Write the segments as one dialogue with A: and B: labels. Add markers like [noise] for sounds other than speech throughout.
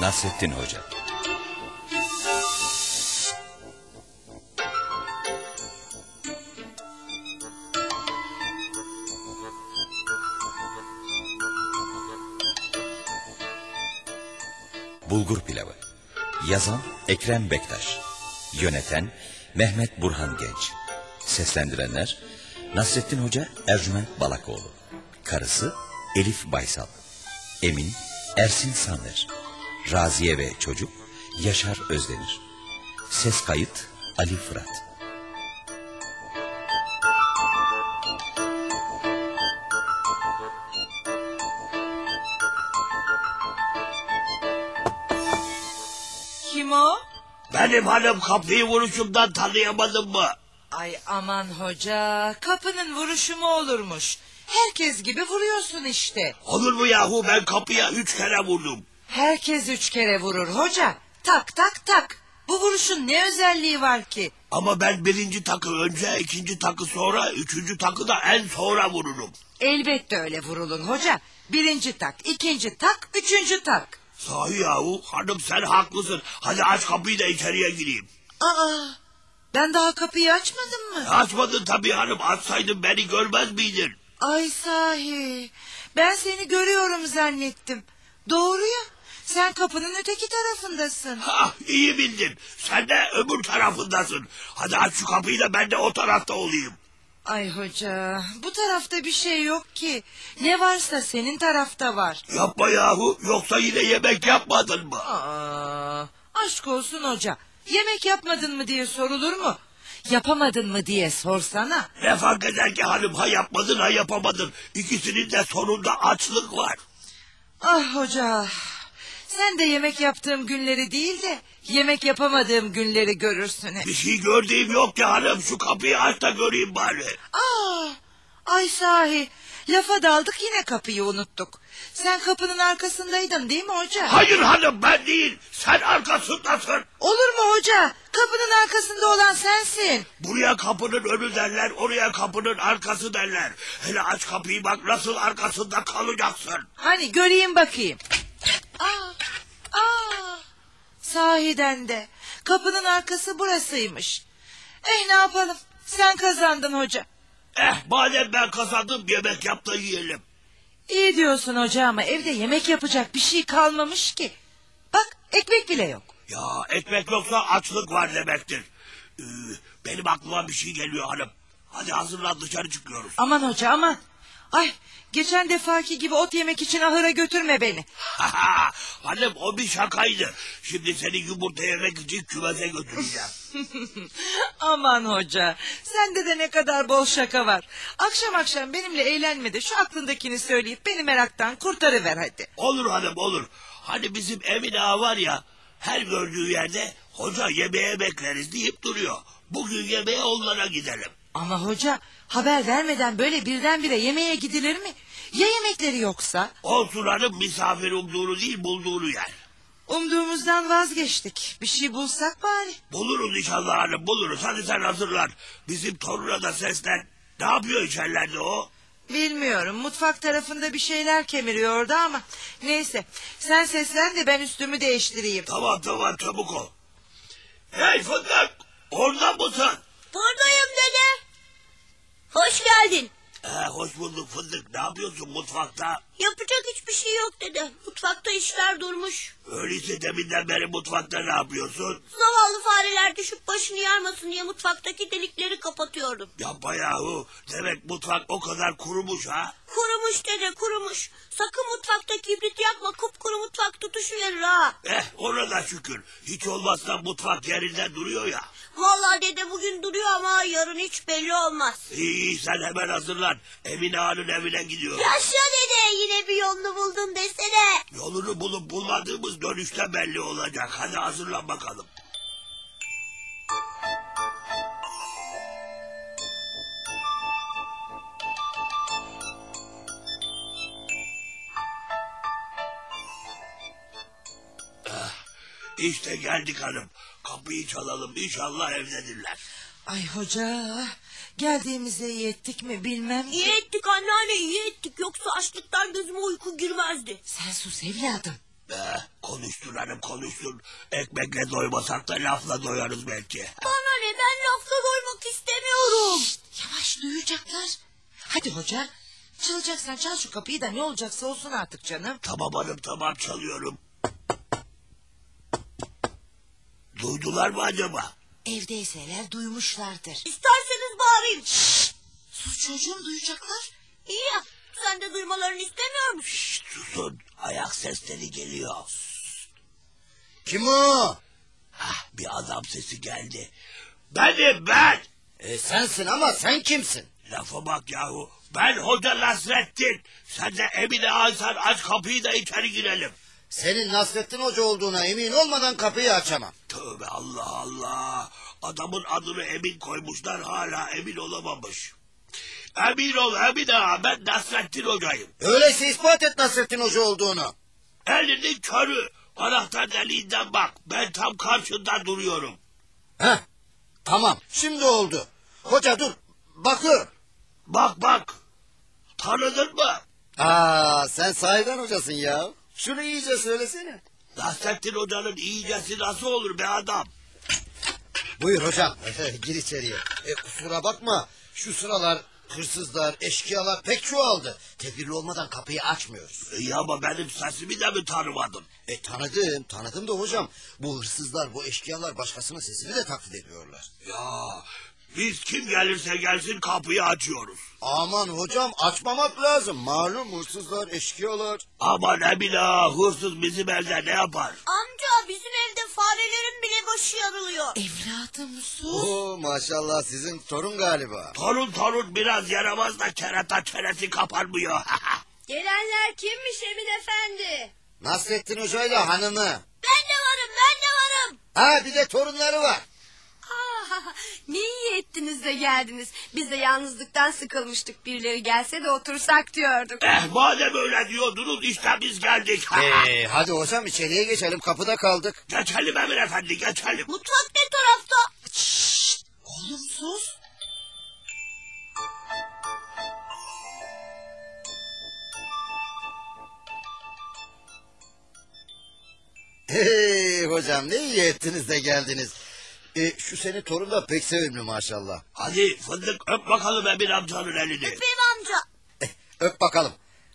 A: Nasrettin Hoca. Bulgur Pilavı. Yazan Ekrem Bektaş. Yöneten Mehmet Burhan Genç. Seslendirenler Nasrettin Hoca Ercüment Balakoğlu. Karısı Elif Baysal. Emin Ersin Sanır. Raziye ve çocuk Yaşar Özdemir. Ses kayıt Ali Fırat.
B: Kim o?
C: Benim hanım kapıyı vuruşumdan tanıyamadın mı?
B: Ay aman hoca kapının vuruşu mu olurmuş? Herkes gibi vuruyorsun işte.
C: Olur mu yahu ben kapıya üç kere vurdum.
B: Herkes üç kere vurur hoca. Tak tak tak. Bu vuruşun ne özelliği var ki?
C: Ama ben birinci takı önce, ikinci takı sonra, üçüncü takı da en sonra vururum.
B: Elbette öyle vurulun hoca. Birinci tak, ikinci tak, üçüncü tak.
C: Sahi yahu hanım sen haklısın. Hadi aç kapıyı da içeriye gireyim. E,
B: Aa, ben daha kapıyı açmadım mı?
C: Açmadın tabii hanım açsaydın beni görmez miydin?
B: Ay sahi. Ben seni görüyorum zannettim. Doğru ya. Sen kapının öteki tarafındasın.
C: Ha iyi bildin. Sen de öbür tarafındasın. Hadi aç şu kapıyı da ben de o tarafta olayım.
B: Ay hoca bu tarafta bir şey yok ki. Ne varsa senin tarafta var.
C: Yapma yahu yoksa yine yemek yapmadın mı?
B: Aa, aşk olsun hoca. Yemek yapmadın mı diye sorulur mu? Yapamadın mı diye sorsana.
C: Ne fark eder ki hanım ha yapmadın ha yapamadın. İkisinin de sonunda açlık var.
B: Ah hoca. Sen de yemek yaptığım günleri değil de yemek yapamadığım günleri görürsün. hep.
C: Bir şey gördüğüm yok ki hanım şu kapıyı aç da göreyim bari.
B: Aa, ay sahi. Lafa daldık yine kapıyı unuttuk. Sen kapının arkasındaydın değil mi hoca?
C: Hayır hanım ben değil sen arkasındasın.
B: Olur mu hoca? Kapının arkasında olan sensin.
C: Buraya kapının önü derler oraya kapının arkası derler. Hele aç kapıyı bak nasıl arkasında kalacaksın.
B: Hani göreyim bakayım. Aa, aa. Sahiden de. Kapının arkası burasıymış. Eh ne yapalım? Sen kazandın hoca.
C: Eh madem ben kazandım yemek yap da yiyelim.
B: İyi diyorsun hoca ama evde yemek yapacak bir şey kalmamış ki. Bak ekmek bile yok.
C: Ya ekmek yoksa açlık var demektir. Ee, benim aklıma bir şey geliyor hanım. Hadi hazırlan dışarı çıkıyoruz.
B: Aman hoca aman. Ay geçen defaki gibi ot yemek için ahıra götürme beni.
C: [laughs] Hanım o bir şakaydı. Şimdi seni yumurta yemek için kümese götüreceğim.
B: [laughs] aman hoca sende de ne kadar bol şaka var. Akşam akşam benimle eğlenme de şu aklındakini söyleyip beni meraktan kurtarıver hadi.
C: olur hanım olur. Hani bizim Emin Ağa var ya her gördüğü yerde hoca yemeğe bekleriz deyip duruyor. Bugün yemeğe onlara gidelim.
B: Ama hoca haber vermeden böyle birdenbire yemeğe gidilir mi? Ya yemekleri yoksa?
C: Olsun hanım misafir umduğunu değil bulduğunu yer.
B: Umduğumuzdan vazgeçtik. Bir şey bulsak bari.
C: Buluruz inşallah hanım buluruz. Hadi sen hazırlan. Bizim toruna da seslen. Ne yapıyor içerlerde o?
B: Bilmiyorum mutfak tarafında bir şeyler kemiriyordu ama. Neyse sen seslen de ben üstümü değiştireyim.
C: Tamam tamam çabuk ol. Hey fındık orada mısın?
D: Buradayım dede. Hoş geldin.
C: Ee, hoş bulduk fındık. Ne yapıyorsun mutfakta?
D: Yapacak hiçbir şey yok dede. Mutfakta işler durmuş.
C: Öyleyse deminden beri mutfakta ne yapıyorsun?
D: Zavallı fareler düşüp başını yarmasın diye mutfaktaki delikleri kapatıyorum.
C: Yapma yahu. Demek mutfak o kadar kurumuş ha?
D: Kurumuş dede kurumuş. Sakın mutfakta kibrit yakma kupkuru mutfak tutuşu verir ha.
C: Eh ona da şükür. Hiç olmazsa mutfak yerinde duruyor ya.
D: Vallahi dede bugün duruyor ama yarın hiç belli olmaz.
C: İyi iyi, sen hemen hazırlan. Emine Han'ın evine gidiyoruz.
D: Yaşa dede yine bir yolunu buldum desene.
C: Yolunu bulup bulmadığımız dönüşte belli olacak. Hadi hazırlan bakalım. Ah, İşte geldik hanım. Kapıyı çalalım inşallah evdedirler.
B: Ay hoca geldiğimize iyi ettik mi bilmem ki.
D: İyi ettik anneanne iyi ettik yoksa açlıktan gözüme uyku girmezdi.
B: Sen sus evladım.
C: Ee, konuştur hanım konuştur. Ekmekle doymasak da lafla doyarız belki.
D: Bana ne ben lafla doymak istemiyorum.
B: Yavaş duyacaklar. Hadi hoca çalacaksan çal şu kapıyı da ne olacaksa olsun artık canım.
C: Tamam hanım tamam çalıyorum. Duydular mı acaba?
B: Evdeyseler duymuşlardır.
D: İsterseniz bağırayım.
B: Sus çocuğum duyacaklar.
D: İyi ya sen de duymalarını istemiyor musun?
C: Şşt, susun ayak sesleri geliyor.
E: Kim o?
C: Hah, bir adam sesi geldi. Benim ben.
E: E, sensin ama sen kimsin?
C: Lafa bak yahu. Ben Hoca Nasrettin. Sen de Emine Aysan aç kapıyı da içeri girelim.
E: Senin Nasrettin Hoca olduğuna emin olmadan kapıyı açamam.
C: Tövbe Allah Allah. Adamın adını Emin koymuşlar hala emin olamamış. Emin ol Emin ağa ben Nasrettin Hoca'yım.
E: Öyleyse ispat et Nasrettin Hoca olduğunu.
C: Elinin körü. Anahtar deliğinden bak. Ben tam karşında duruyorum.
E: Heh, tamam şimdi oldu. Hoca dur bakıyorum.
C: Bak bak. Tanıdın mı?
E: Aa sen sahiden hocasın ya. Şunu iyice söylesene.
C: Nasrettin Hoca'nın iyicesi nasıl olur be adam?
E: Buyur hocam gir içeriye. E, kusura bakma şu sıralar hırsızlar eşkıyalar pek çoğaldı. Tedbirli olmadan kapıyı açmıyoruz.
C: İyi ama benim sesimi de mi tanımadın?
E: E tanıdım tanıdım da hocam bu hırsızlar bu eşkıyalar başkasının sesini de taklit ediyorlar.
C: Ya biz kim gelirse gelsin kapıyı açıyoruz.
E: Aman hocam açmamak lazım. Malum hırsızlar eşkıyalar.
C: Ama ne bila hırsız bizim elde ne yapar?
D: Amca bizim evde farelerin bile başı yarılıyor.
B: Evladım sus.
E: Oo maşallah sizin torun galiba.
C: Torun torun biraz yaramaz da kerata çenesi kapanmıyor. [laughs]
D: Gelenler kimmiş Emin Efendi?
E: Nasrettin Hoca ile hanımı.
D: Ben de varım ben de varım.
E: Ha bir de torunları var.
F: Ah, [laughs] ne iyi ettiniz de geldiniz. Biz de yalnızlıktan sıkılmıştık. Birileri gelse de otursak diyorduk.
C: eh madem öyle diyordunuz işte biz geldik.
E: Ee, hadi hocam içeriye geçelim kapıda kaldık.
C: geçelim Emir Efendi geçelim.
D: Mutfak ne tarafta?
B: Oğlum sus.
E: Hey hocam ne iyi ettiniz de geldiniz. Ee, şu senin torun da pek sevimli maşallah.
C: Hadi fındık öp bakalım Emir amcanın elini.
D: Öpeyim amca.
E: Eh, öp bakalım.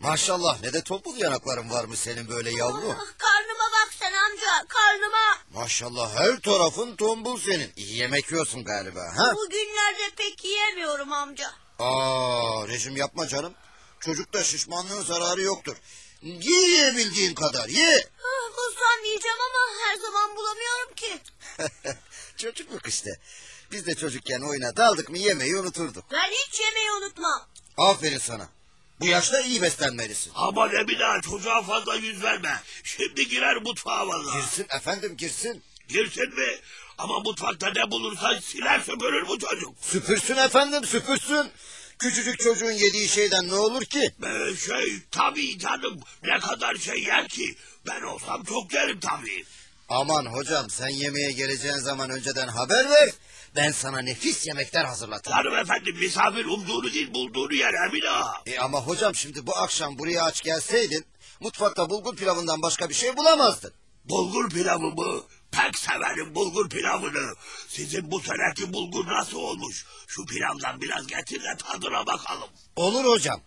E: Maşallah ne de topuz yanakların varmış senin böyle yavrum.
D: Ah, karnıma bak sen amca karnıma.
E: Maşallah her tarafın tombul senin. İyi yemek yiyorsun galiba ha?
D: Bugünlerde pek yiyemiyorum amca.
E: Aa rejim yapma canım. Çocukta şişmanlığın zararı yoktur. Ye yiyebildiğin kadar ye. [laughs]
D: Ah, Bulsam yiyeceğim ama her zaman bulamıyorum ki.
E: Çocukluk işte. Biz de çocukken oyuna daldık mı yemeyi unuturduk.
D: Ben hiç yemeği unutmam.
E: Aferin sana. Bu yaşta iyi beslenmelisin.
C: Aman Emine ağa, çocuğa fazla yüz verme. Şimdi girer mutfağa valla.
E: Girsin efendim girsin.
C: Girsin mi? Ama mutfakta ne bulursan siler süpürür bu çocuk.
E: Süpürsün efendim süpürsün. Küçücük çocuğun yediği şeyden ne olur ki?
C: Ee, şey tabii canım ne kadar şey yer ki. Ben olsam çok yerim tabii.
E: Aman hocam sen yemeğe geleceğin zaman önceden haber ver. Ben sana nefis yemekler hazırlatırım.
C: Hanımefendi misafir umduğunu değil bulduğunu yer Emine ağa.
E: E ama hocam şimdi bu akşam buraya aç gelseydin mutfakta bulgur pilavından başka bir şey bulamazdın.
C: Bulgur pilavımı pek severim bulgur pilavını. Sizin bu seneki bulgur nasıl olmuş? Şu pilavdan biraz getir de tadına bakalım.
E: Olur hocam.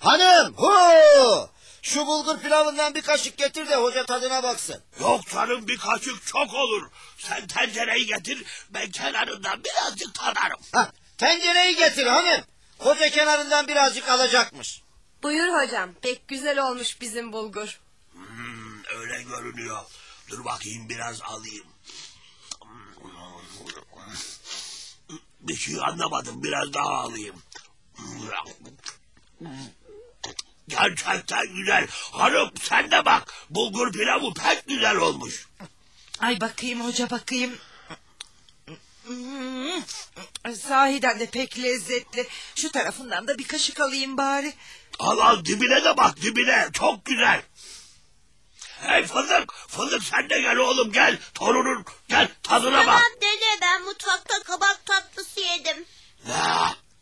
E: Hanım hu! Şu bulgur pilavından bir kaşık getir de hoca tadına baksın.
C: Yok canım bir kaşık çok olur. Sen tencereyi getir ben kenarından birazcık tadarım.
E: Hah, tencereyi getir hanım. Hoca kenarından birazcık alacakmış.
F: Buyur hocam. Pek güzel olmuş bizim bulgur.
C: Hmm, öyle görünüyor. Dur bakayım biraz alayım. Bir şey anlamadım biraz daha alayım. Gerçekten güzel. Hanım sen de bak bulgur pilavı pek güzel olmuş.
B: Ay bakayım hoca bakayım. Hmm, Sahiden de pek lezzetli. Şu tarafından da bir kaşık alayım bari.
C: Al al dibine de bak dibine çok güzel. Hey fındık fındık sen de gel oğlum gel torunun gel tadına bak.
D: Tamam dede ben mutfakta kabak tatlısı yedim.
C: Ne?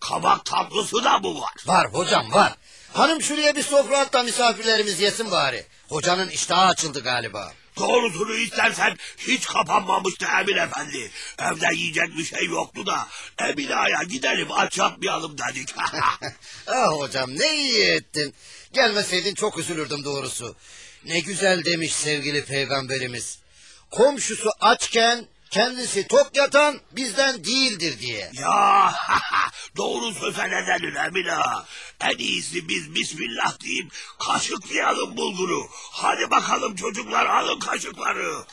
C: Kabak tatlısı da mı var?
E: Var hocam var. Hanım şuraya bir sofra at da misafirlerimiz yesin bari. Hocanın iştahı açıldı galiba.
C: Doğrusunu istersen hiç kapanmamıştı Emin Efendi. Evde yiyecek bir şey yoktu da Emin Ağa'ya gidelim aç yapmayalım dedik. [laughs]
E: Ah hocam ne iyi ettin. Gelmeseydin çok üzülürdüm doğrusu. Ne güzel demiş sevgili peygamberimiz. Komşusu açken kendisi tok yatan bizden değildir diye.
C: ya [laughs] doğru söze ne denir Emin Ağa? En iyisi biz bismillah deyip kaşıklayalım bulguru. Hadi bakalım çocuklar alın kaşıkları.